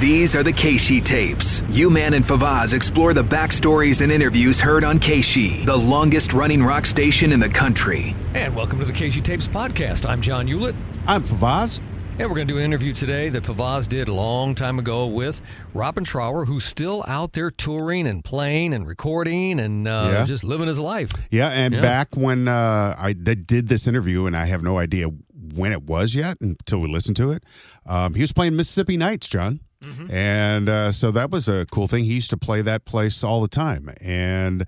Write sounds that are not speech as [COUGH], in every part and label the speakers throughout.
Speaker 1: These are the Keishi tapes. You Man and Favaz explore the backstories and interviews heard on Keishi, the longest running rock station in the country.
Speaker 2: And welcome to the KG Tapes podcast. I'm John Hewlett,
Speaker 3: I'm Favaz.
Speaker 2: and we're going to do an interview today that Favaz did a long time ago with Robin Trower, who's still out there touring and playing and recording and uh,
Speaker 3: Yeah.
Speaker 2: just living his life.
Speaker 3: Yeah, and
Speaker 2: Yeah.
Speaker 3: back when uh, I they did this interview, and I have no idea when it was yet until we listened to it. Um, he was playing Mississippi Nights, John, and uh, so that was a cool thing. He used to play that place all the time, and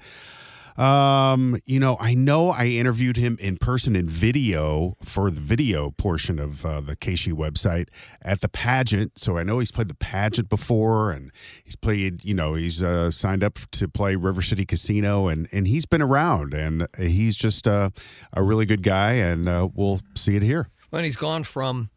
Speaker 3: um, you know, I know I interviewed him in person in video for the video portion of uh, the Keishi website at the pageant. So I know he's played the pageant before, and he's played. You know, he's uh, signed up to play River City Casino, and and he's been around, and he's just uh, a really good guy, and uh, we'll see it here.
Speaker 2: And he's gone from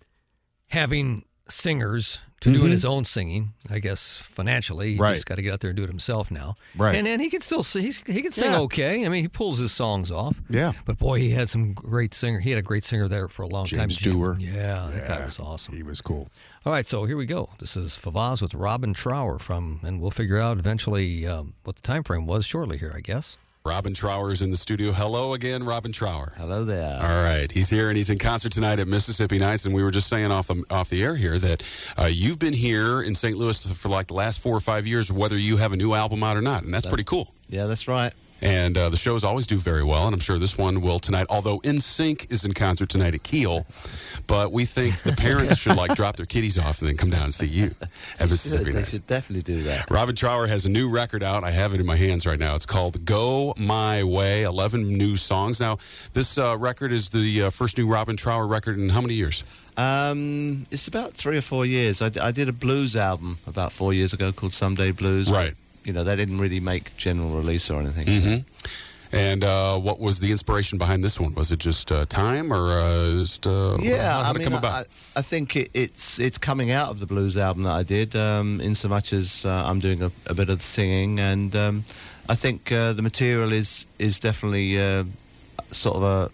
Speaker 2: having singers to doing his own singing, I guess financially. He
Speaker 3: Mm-hmm. Right.
Speaker 2: just got to get out there and do it himself now.
Speaker 3: Right.
Speaker 2: And and he can still sing, he's, he can sing
Speaker 3: Yeah.
Speaker 2: okay. I mean, he pulls his songs off.
Speaker 3: Yeah.
Speaker 2: But boy, he had some great singer. He had a great singer there for a long time.
Speaker 3: James Dewar.
Speaker 2: Yeah, that guy was awesome.
Speaker 3: He was cool.
Speaker 2: All right, so here we go. This is Favaz with Robin Trower from, and we'll figure out eventually um, what the time frame was shortly here, I guess.
Speaker 4: Robin Trower is in the studio. Hello again, Robin Trower.
Speaker 5: Hello there.
Speaker 4: All right, he's here and he's in concert tonight at Mississippi Nights. And we were just saying off the, off the air here that uh, you've been here in St. Louis for like the last four or five years, whether you have a new album out or not, and that's, pretty cool.
Speaker 5: Yeah, that's right.
Speaker 4: And uh, the shows always do very well, and I'm sure this one will tonight. Although In Sync is in concert tonight at Kiel, but we think the parents should like [LAUGHS] drop their kiddies off and then come down and see you at Mississippi
Speaker 5: they
Speaker 4: Nights.
Speaker 5: should definitely do that.
Speaker 4: Robin Trower has a new record out. I have it in my hands right now. It's called Go My Way, 11 new songs. Now, this uh, record is the uh, first new Robin Trower record in how many years?
Speaker 5: Um, it's about three or four years. I, d- I did a blues album about four years ago called Someday Blues.
Speaker 4: Right. Mm-hmm.
Speaker 5: You know, they didn't really make general release or anything.
Speaker 4: And uh, what was the inspiration behind this one? Was it just uh, time or uh, just uh,
Speaker 5: Yeah,
Speaker 4: how
Speaker 5: I
Speaker 4: did
Speaker 5: mean,
Speaker 4: it come
Speaker 5: I-
Speaker 4: about?
Speaker 5: I, I think it, it's it's coming out of the blues album that I did, um, in so much as uh, I'm doing a, a bit of the singing, and um, I think uh, the material is is definitely uh, sort of a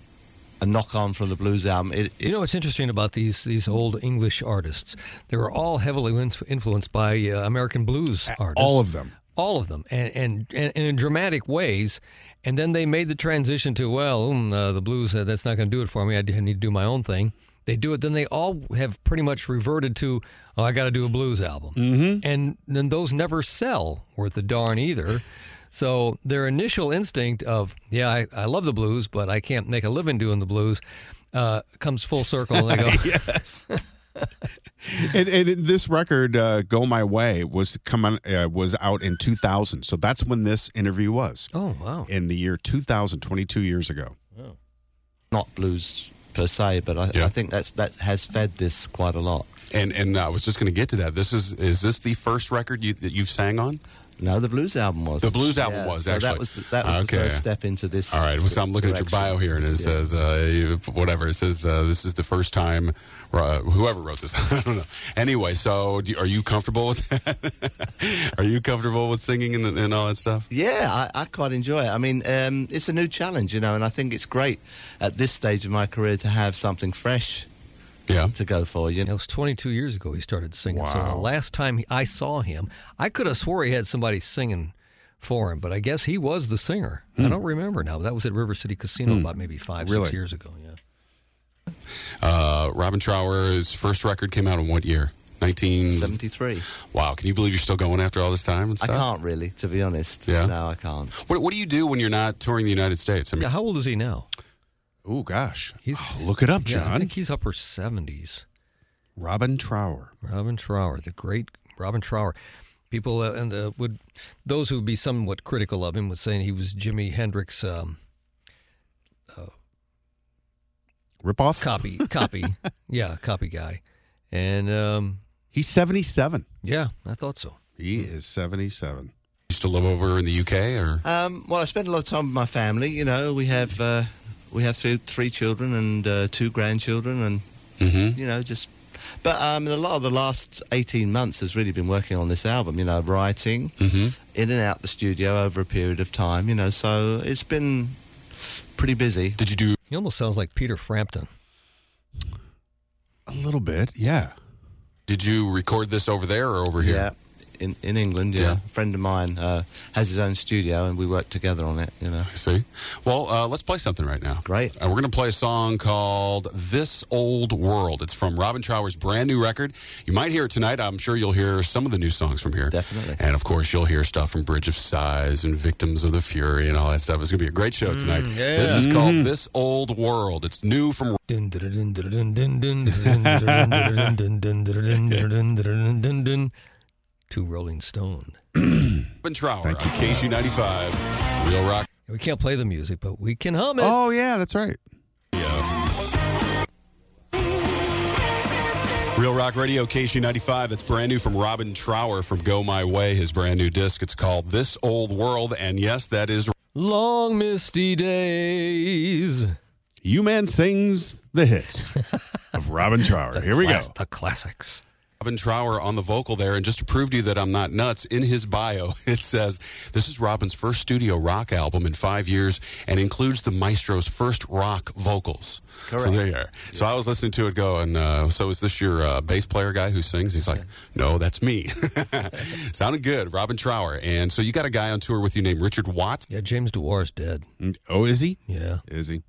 Speaker 5: a knock on from the blues album. It, it,
Speaker 2: You know what's interesting about these these old English artists? They were all heavily inf- influenced by uh, American blues artists.
Speaker 3: All of them.
Speaker 2: all of them, and and, and, and in dramatic ways. And then they made the transition to well, mm, uh, the blues uh, that's not going to do it for me. I d- need to do my own thing. They do it. Then they all have pretty much reverted to oh, I got to do a blues album, mm-hmm. and then those never sell worth a darn either. So their initial instinct of yeah, I, I love the blues, but I can't make a living doing the blues. Uh, comes full circle,
Speaker 3: [LAUGHS]
Speaker 2: and they go,
Speaker 3: yes. and, and this record, uh, "Go My Way," was come on, uh, was out in 2000. So that's when this interview was
Speaker 2: "Oh wow,
Speaker 3: in the year 2000, 22 years ago.
Speaker 5: not blues per se, but I,
Speaker 4: Yeah.
Speaker 5: I think that's that has fed this quite a lot.
Speaker 4: and and uh, I was just going to get to that. This is is this the first record you, that you've sang on?
Speaker 5: No, the blues album was
Speaker 4: The blues album was,
Speaker 5: so
Speaker 4: actually.
Speaker 5: that was the, that was
Speaker 4: Okay.
Speaker 5: the first step into this.
Speaker 4: All right, well, so I'm looking at your
Speaker 5: direction.
Speaker 4: bio here, and it
Speaker 5: Yeah.
Speaker 4: says uh, you- whatever. It says uh, this is the first time uh, whoever wrote this. [LAUGHS] I don't know. Anyway, so do, are you comfortable with [LAUGHS] that? are you comfortable with singing and, and all that stuff?
Speaker 5: Yeah, I, I quite enjoy it. I mean, um, it's a new challenge, you know, and I think it's great at this stage of my career to have something fresh
Speaker 4: Yeah.
Speaker 5: to go for. You
Speaker 2: That
Speaker 5: know,
Speaker 2: was 22 years ago he started singing. So the last time he- I saw him, I could have swore he had somebody singing for him, but I guess he was the singer. I don't remember now. That was at River City Casino about maybe five,
Speaker 3: Hmm. Really?
Speaker 2: six years ago. Yeah.
Speaker 4: Uh, Robin Trower's first record came out in what year? 19.
Speaker 5: seventy-three.
Speaker 4: Wow, can you believe you're still going after all this time and
Speaker 5: I
Speaker 4: Mm. stuff?
Speaker 5: can't really, to be honest.
Speaker 4: Yeah?
Speaker 5: No, I can't.
Speaker 4: What, what do you do when you're not touring the United States? I mean,
Speaker 2: Yeah. How old is he now?
Speaker 3: Oh gosh,
Speaker 2: He's-
Speaker 3: Oh, look it up,
Speaker 2: Yeah, I
Speaker 3: John.
Speaker 2: think he's upper 70s.
Speaker 3: Robin Trower.
Speaker 2: Robin Trower, the great Robin Trower. People uh, and uh, would those who would be somewhat critical of him would say he was Jimi Hendrix um,
Speaker 3: Rip off. [LAUGHS]
Speaker 2: copy, copy, yeah, copy guy, and um,
Speaker 3: He's 77.
Speaker 2: Yeah, I thought so.
Speaker 3: He is 77.
Speaker 4: Used to live over in the UK, or
Speaker 5: Um, well, I spend a lot of time with my family. You know, we have uh, we have three, three children and uh, two grandchildren, and
Speaker 4: Mm-hmm.
Speaker 5: you know, just. But um, a lot of the last eighteen months has really been working on this album. You know, writing
Speaker 4: Mm-hmm.
Speaker 5: in and out the studio over a period of time. You know, so it's been pretty busy.
Speaker 4: did you do?
Speaker 2: He almost sounds like Peter Frampton.
Speaker 3: A little bit, yeah.
Speaker 4: Did you record this over there or over here?
Speaker 5: Yeah, in in England. Yeah,
Speaker 4: Yeah.
Speaker 5: a friend of mine uh, has his own studio, and we work together on it. You know.
Speaker 4: I see. Well, uh, let's play something right now.
Speaker 5: Great.
Speaker 4: Uh, we're going to play a song called This Old World. It's from Robin Trower's brand new record. You might hear it tonight. I'm sure you'll hear some of the new songs from here.
Speaker 5: Definitely.
Speaker 4: And of course, you'll hear stuff from Bridge of Sighs and Victims of the Fury and all that stuff. It's going to be a great show tonight. This is called This Old World. It's new from
Speaker 2: Dun, dun, dun, dun, dun, dun, dun, dun, dun, dun, dun, dun, dun, dun, dun, dun, dun, dun, dun. To Rolling Stone.
Speaker 4: Robin Trower on KC95. Real rock.
Speaker 2: We can't play the music, but we can hum it.
Speaker 3: Oh, yeah, that's right.
Speaker 4: Real Rock Radio KC95. That's brand new from Robin Trower from Go My Way, his brand new disc. It's called This Old World. And yes, that is
Speaker 2: Long misty days.
Speaker 3: You Man Sings
Speaker 2: [LAUGHS]
Speaker 3: the Hits of Robin Trower. Here we go.
Speaker 2: Class- The classics.
Speaker 4: Robin Trower on the vocal there. And just to prove to you that I'm not nuts, in his bio, [LAUGHS] it says this is Robin's first studio rock album in five years and includes the maestro's first rock vocals. So there you are. So I was listening to it go, and uh, so is this your uh, bass player guy who sings? He's like, no, that's me. [LAUGHS] Sounded good, Robin Trower. And so you got a guy on tour with you named Richard Watts.
Speaker 2: Yeah, James Dwar's dead.
Speaker 3: Oh, is he?
Speaker 2: Yeah.
Speaker 3: Is he?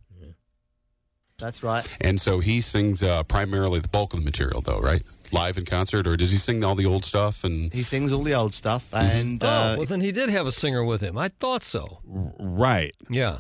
Speaker 5: That's right.
Speaker 4: And so he sings uh, primarily the bulk of the material, though, right? Live in concert, or does he sing all the old stuff? And
Speaker 5: He sings all the old stuff,
Speaker 4: Mm-hmm.
Speaker 5: and uh,
Speaker 2: oh, well, then he did have a singer with him. I thought so.
Speaker 3: Right.
Speaker 2: Yeah.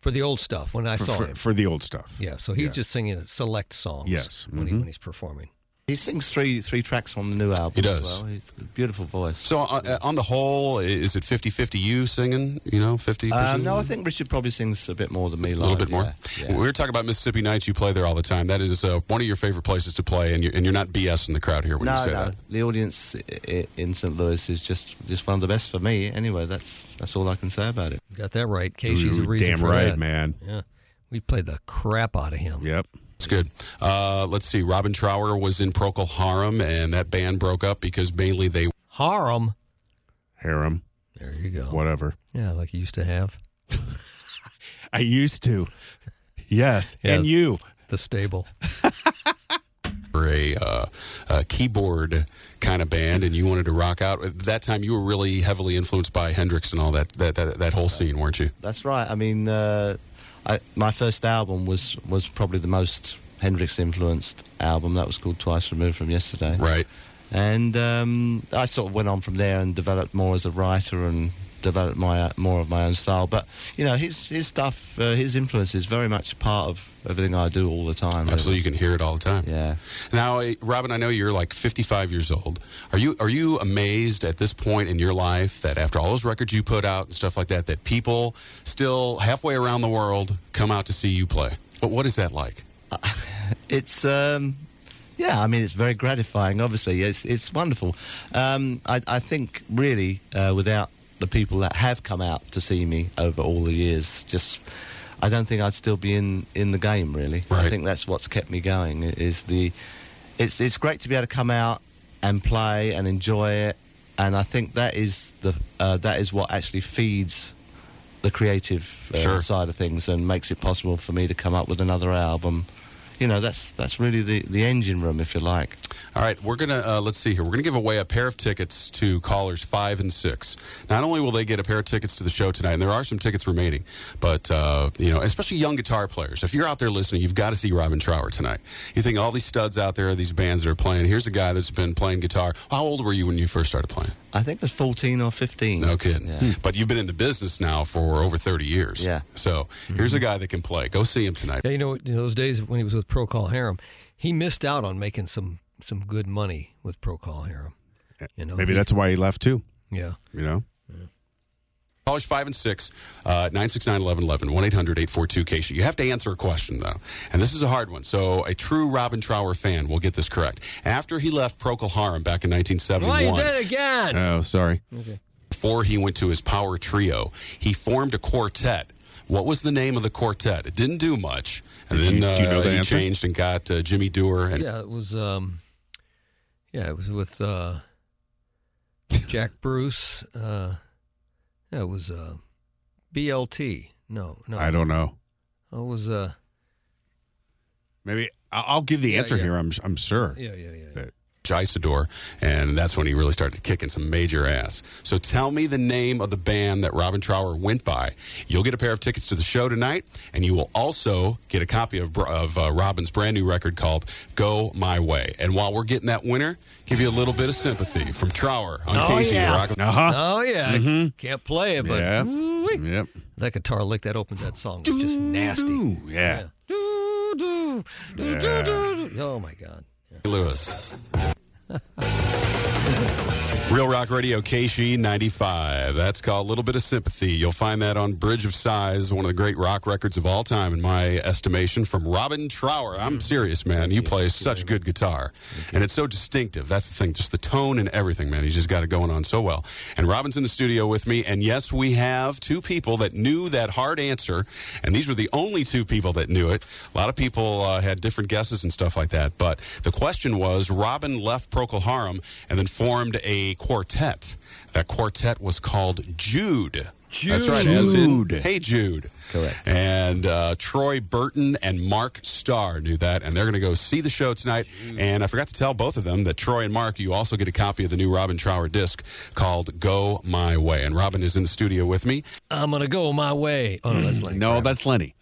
Speaker 2: For the old stuff when I
Speaker 3: For,
Speaker 2: saw
Speaker 3: for,
Speaker 2: him.
Speaker 3: for the old stuff.
Speaker 2: Yeah, so he's just singing select songs
Speaker 3: Yes,
Speaker 2: when, he, when he's performing.
Speaker 5: He sings three three tracks on the new album.
Speaker 4: He does.
Speaker 5: As well. He's a beautiful voice.
Speaker 4: So uh, on the whole, i- is it 50-50 you singing, you know, 50%?
Speaker 5: Um, no, I think Richard probably sings a bit more than me.
Speaker 4: a little bit more. We were talking about Mississippi Nights. You play there all the time. That is uh, one of your favorite places to play, and you're, and you're not BSing the crowd here when you
Speaker 5: No,
Speaker 4: say
Speaker 5: no.
Speaker 4: that.
Speaker 5: The audience i- i- in St. Louis is just just one of the best for me. Anyway, that's that's all I can say about it.
Speaker 2: You Got that right. Casey's a
Speaker 3: Ooh,
Speaker 2: reason
Speaker 3: damn
Speaker 2: for
Speaker 3: right,
Speaker 2: that.
Speaker 3: man.
Speaker 2: Yeah. We played the crap out of him.
Speaker 3: Yep.
Speaker 4: It's good. Uh, let's see. Robin Trower was in Procol Harum, and that band broke up because mainly they
Speaker 2: Harem.
Speaker 3: Harem.
Speaker 2: There you go.
Speaker 3: Whatever.
Speaker 2: Yeah, like you used to have.
Speaker 3: I
Speaker 2: [LAUGHS]
Speaker 3: used to. Yes.
Speaker 2: Yeah.
Speaker 3: And you.
Speaker 2: The stable.
Speaker 4: were a, uh, a keyboard kind of band, and you wanted to rock out. At that time, you were really heavily influenced by Hendrix and all that that, that, that whole scene, weren't you?
Speaker 5: That's right. I mean, uh, I, my first album was was probably the most Hendrix influenced album. That was called Twice Removed from Yesterday.
Speaker 4: Right.
Speaker 5: And um, I sort of went on from there and developed more as a writer and developed my uh, more of my own style. But you know, his his stuff, uh, his influence is very much part of everything I do all the time. really.
Speaker 4: Absolutely, you can hear it all the time.
Speaker 5: Yeah.
Speaker 4: Now, eh, Robin, I know you're like 55 years old. Are you are you amazed at this point in your life that after all those records you put out and stuff like that, that people still halfway around the world come out to see you play? But what is that like?
Speaker 5: It's um, yeah. I mean, it's very gratifying. Obviously, it's it's wonderful. Um, I, I think really, uh, without the people that have come out to see me over all the years, just I don't think I'd still be in in the game. Really,
Speaker 4: Right.
Speaker 5: I think that's what's kept me going. i- Is the it's it's great to be able to come out and play and enjoy it, and I think that is the uh, that is what actually feeds the creative uh,
Speaker 4: Sure.
Speaker 5: side of things and makes it possible for me to come up with another album. You know, that's that's really the, the engine room, if you like.
Speaker 4: All right, we're gonna uh, let's see here. We're gonna give away a pair of tickets to callers five and six. Not only will they get a pair of tickets to the show tonight, and there are some tickets remaining, but uh, you know, especially young guitar players. If you're out there listening, you've got to see Robin Trower tonight. You think all these studs out there, these bands that are playing. Here's a guy that's been playing guitar. How old were you when you first started playing?
Speaker 5: I think it's 14 or 15.
Speaker 4: No kidding.
Speaker 5: Yeah.
Speaker 4: But you've been in the business now for over thirty years.
Speaker 5: Yeah.
Speaker 4: So here's a guy that can play. Go see him tonight.
Speaker 2: Yeah, you know, in those days when he was with Procol Harum, he missed out on making some some good money with Procol Harum. You know,
Speaker 3: Maybe
Speaker 2: Oh, he-
Speaker 3: that's why he left too,
Speaker 2: yeah.
Speaker 3: you know?
Speaker 4: College 5 and uh, 6, 969 1111, 1 800 842 KSHE. You have to answer a question, though. And this is a hard one. So, a true Robin Trower fan will get this correct. After he left Procol Harum back in 1971
Speaker 2: Why you did it again?
Speaker 3: Oh, sorry.
Speaker 4: before he went to his power trio, he formed a quartet. What was the name of the quartet? It didn't do much, and
Speaker 3: Did
Speaker 4: then
Speaker 3: you- do you
Speaker 4: uh,
Speaker 3: know the
Speaker 4: he
Speaker 3: answer?
Speaker 4: changed and got uh, Jimmy Dewar and
Speaker 2: yeah, it was. Um, yeah, it was with uh, Jack [LAUGHS] Bruce. Uh, yeah, it was uh, BLT. No, no,
Speaker 3: I don't know.
Speaker 2: It was. Uh,
Speaker 3: Maybe I- I'll give the
Speaker 2: Yeah,
Speaker 3: answer
Speaker 2: yeah.
Speaker 3: here. I'm I'm sure.
Speaker 2: yeah, yeah, yeah.
Speaker 3: But-
Speaker 4: Jisador, and that's when he really started kicking some major ass. So tell me the name of the band that Robin Trower went by. You'll get a pair of tickets to the show tonight, and you will also get a copy of, Br- of uh, Robin's brand new record called Go My Way. And while we're getting that winner, give you a little bit of sympathy from Trower on
Speaker 2: Oh,
Speaker 4: KC
Speaker 2: yeah.
Speaker 4: Rock.
Speaker 3: Uh huh.
Speaker 2: Oh yeah, I can't play it, but
Speaker 3: Yeah.
Speaker 2: Ooh-wee.
Speaker 3: Yep.
Speaker 2: that guitar lick that opens that song was just nasty.
Speaker 3: Ooh, yeah.
Speaker 2: Doo, doo, doo, doo, doo. Oh my god.
Speaker 4: Lewis. Real Rock Radio KC 95. That's called A Little Bit of Sympathy. You'll find that on Bridge of Sighs, one of the great rock records of all time, in my estimation, from Robin Trower. I'm serious, man. You play such good guitar. And it's so distinctive. That's the thing. Just the tone and everything, man. He's just got it going on so well. And Robin's in the studio with me. And yes, we have two people that knew that hard answer. And these were the only two people that knew it. A lot of people uh, had different guesses and stuff like that. But the question was Robin left Procol Harum and then formed a quartet. That quartet was called Jude. That's right. as in,
Speaker 3: Jude.
Speaker 4: hey, Jude.
Speaker 5: Correct.
Speaker 4: And uh, Troy Burton and Mark Starr knew that, and they're going to go see the show tonight. And I forgot to tell both of them that Troy and Mark, you also get a copy of the new Robin Trower disc called "Go My Way." And Robin is in the studio with me.
Speaker 2: I'm gonna go my way. Oh no, that's Lenny
Speaker 3: Hmm. No,
Speaker 2: Kravitz.
Speaker 3: that's Lenny.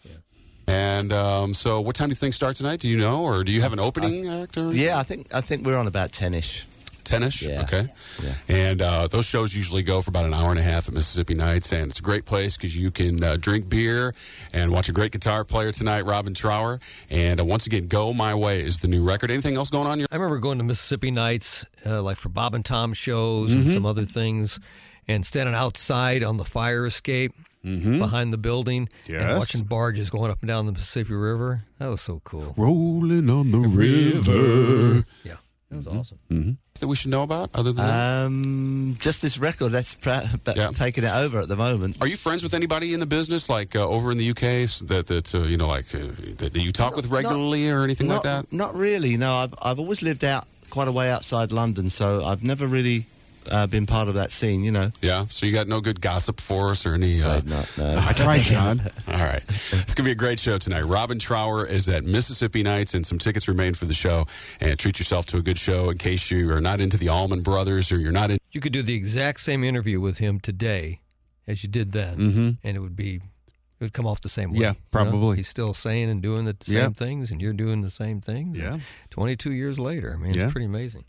Speaker 4: And um, so, what time do you think starts tonight? Do you know, or do you have an opening act? Or
Speaker 5: Yeah, I think I think we're on about ten-ish.
Speaker 4: Tennis,
Speaker 5: Yeah.
Speaker 4: okay.
Speaker 5: Yeah.
Speaker 4: And uh, those shows usually go for about an hour and a half at Mississippi Nights, and it's a great place because you can uh, drink beer and watch a great guitar player tonight, Robin Trower. And uh, once again, "Go My Way" is the new record. Anything else going on? Your
Speaker 2: I remember going to Mississippi Nights, uh, like for Bob and Tom shows
Speaker 3: Mm-hmm.
Speaker 2: and some other things, and standing outside on the fire escape behind the building and
Speaker 3: Mm-hmm. Yes.
Speaker 2: watching barges going up and down the Mississippi River. That was so cool.
Speaker 3: Rolling on the river.
Speaker 2: Yeah, that was awesome.
Speaker 4: that we should know about other than that?
Speaker 5: Um, just this record that's pra- [LAUGHS] but
Speaker 4: Mm-hmm. Yeah.
Speaker 5: taking it over at the moment.
Speaker 4: Are you friends with anybody in the business, like uh, over in the UK, s- that that uh, you know, like uh, that you talk with regularly or anything like
Speaker 5: Not,
Speaker 4: that?
Speaker 5: not really. No, I've I've always lived out quite a way outside London, so I've never really uh, been part of that scene. You know.
Speaker 4: Yeah. So you got no good gossip for us or any? Uh,
Speaker 5: No, no.
Speaker 3: I tried, John.
Speaker 4: All right. It's going to be a great show tonight. Robin Trower is at Mississippi Nights, and some tickets remain for the show. And treat yourself to a good show in case you are not into the Allman Brothers or you're not in.
Speaker 2: You could do the exact same interview with him today as you did then, and it would be it would come off the same way.
Speaker 3: Mm-hmm. Yeah,
Speaker 2: you know?
Speaker 3: probably.
Speaker 2: He's still saying and doing the same
Speaker 3: Yeah.
Speaker 2: things, and you're doing the same things.
Speaker 3: Yeah.
Speaker 2: twenty two years later. I mean,
Speaker 3: Yeah.
Speaker 2: it's pretty amazing.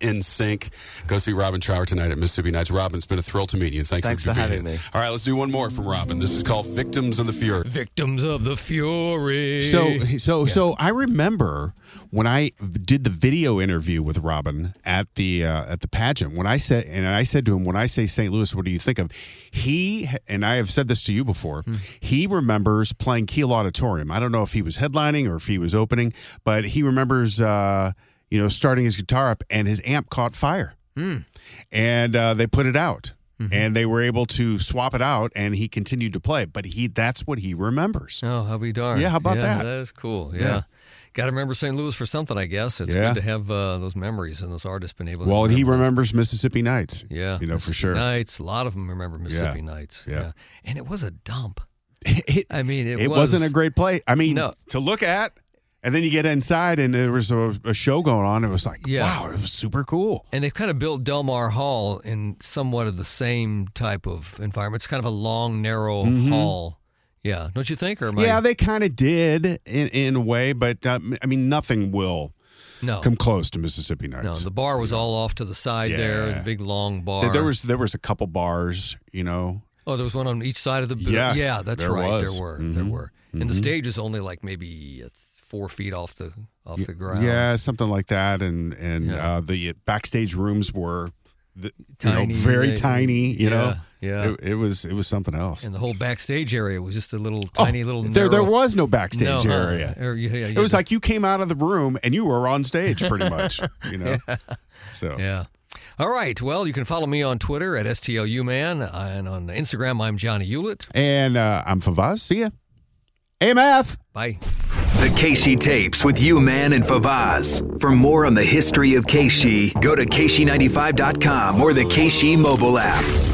Speaker 4: In sync. Go see Robin Trower tonight at Mississippi Nights. Robin, it's been a thrill to meet you. Thank
Speaker 5: Thanks
Speaker 4: you for,
Speaker 5: for
Speaker 4: being
Speaker 5: having
Speaker 4: here.
Speaker 5: me.
Speaker 4: All right, let's do one more from Robin. This is called Victims of the Fury.
Speaker 2: Victims of the Fury.
Speaker 3: So, so, so I remember when I did the video interview with Robin at the uh, at the pageant. When I said, and I said to him, when I say St. Louis, what do you think of? He and I have said this to you before. He remembers playing Kiel Auditorium. I don't know if he was headlining or if he was opening, but he remembers, uh, you know, starting his guitar up and his amp caught fire and uh, they put it out and they were able to swap it out and he continued to play but he that's what he remembers
Speaker 2: Oh, how be darned.
Speaker 3: Yeah, how about that?
Speaker 2: That is cool. Yeah.
Speaker 3: Yeah.
Speaker 2: Got to remember St. Louis for something, I guess. It's
Speaker 3: Yeah.
Speaker 2: good to have uh, those memories and those artists been able to.
Speaker 3: well and he
Speaker 2: remember.
Speaker 3: remembers mississippi nights
Speaker 2: Yeah.
Speaker 3: you know for
Speaker 2: Mississippi
Speaker 3: sure
Speaker 2: Nights. A lot of them remember Mississippi Nights.
Speaker 3: Yeah.
Speaker 2: And it was a dump.
Speaker 3: [LAUGHS] it,
Speaker 2: I mean, it,
Speaker 3: it
Speaker 2: was,
Speaker 3: wasn't a great play i mean
Speaker 2: No.
Speaker 3: to look at and then you get inside and there was a, a show going on it was like
Speaker 2: Yeah.
Speaker 3: wow it was super cool
Speaker 2: And they've kind of built Delmar Hall in somewhat of the same type of environment. It's kind of a long, narrow hall. Yeah. Don't you think? Or am I-
Speaker 3: Mm-hmm. yeah they kind of did in, in a way but um, i mean nothing will
Speaker 2: no.
Speaker 3: come close to mississippi
Speaker 2: No,
Speaker 3: nights
Speaker 2: the bar was all off to the side there, the
Speaker 3: Yeah.
Speaker 2: big long bar.
Speaker 3: There- there was there was a couple bars you know
Speaker 2: Oh, there was one on each side of the building.
Speaker 3: Yes,
Speaker 2: yeah, that's
Speaker 3: there
Speaker 2: right.
Speaker 3: was. Mm-hmm.
Speaker 2: There were, there were, and the stage was only like maybe uh, four feet off the off the ground.
Speaker 3: Yeah, something like that, and and uh, the backstage rooms were the,
Speaker 2: Tiny,
Speaker 3: you know, very
Speaker 2: they-
Speaker 3: tiny. You know,
Speaker 2: yeah, yeah.
Speaker 3: It, it was it was something else.
Speaker 2: and the whole backstage area was just a little
Speaker 3: Oh,
Speaker 2: tiny little.
Speaker 3: there, there
Speaker 2: narrow-
Speaker 3: was no backstage
Speaker 2: No, huh?
Speaker 3: area.
Speaker 2: Or, yeah, yeah,
Speaker 3: It was
Speaker 2: yeah.
Speaker 3: like you came out of the room and you were on stage, pretty much.
Speaker 2: [LAUGHS]
Speaker 3: You know, so
Speaker 2: Yeah. All right. Well, you can follow me on Twitter at STLUman uh, and on Instagram, I'm Johnny Hewlett.
Speaker 3: and uh, I'm Favaz. See ya. AMF.
Speaker 2: Bye.
Speaker 1: The Keishi tapes with you, man, and Favaz. For more on the history of Keishi, go to Keishi95.com or the Keishi mobile app.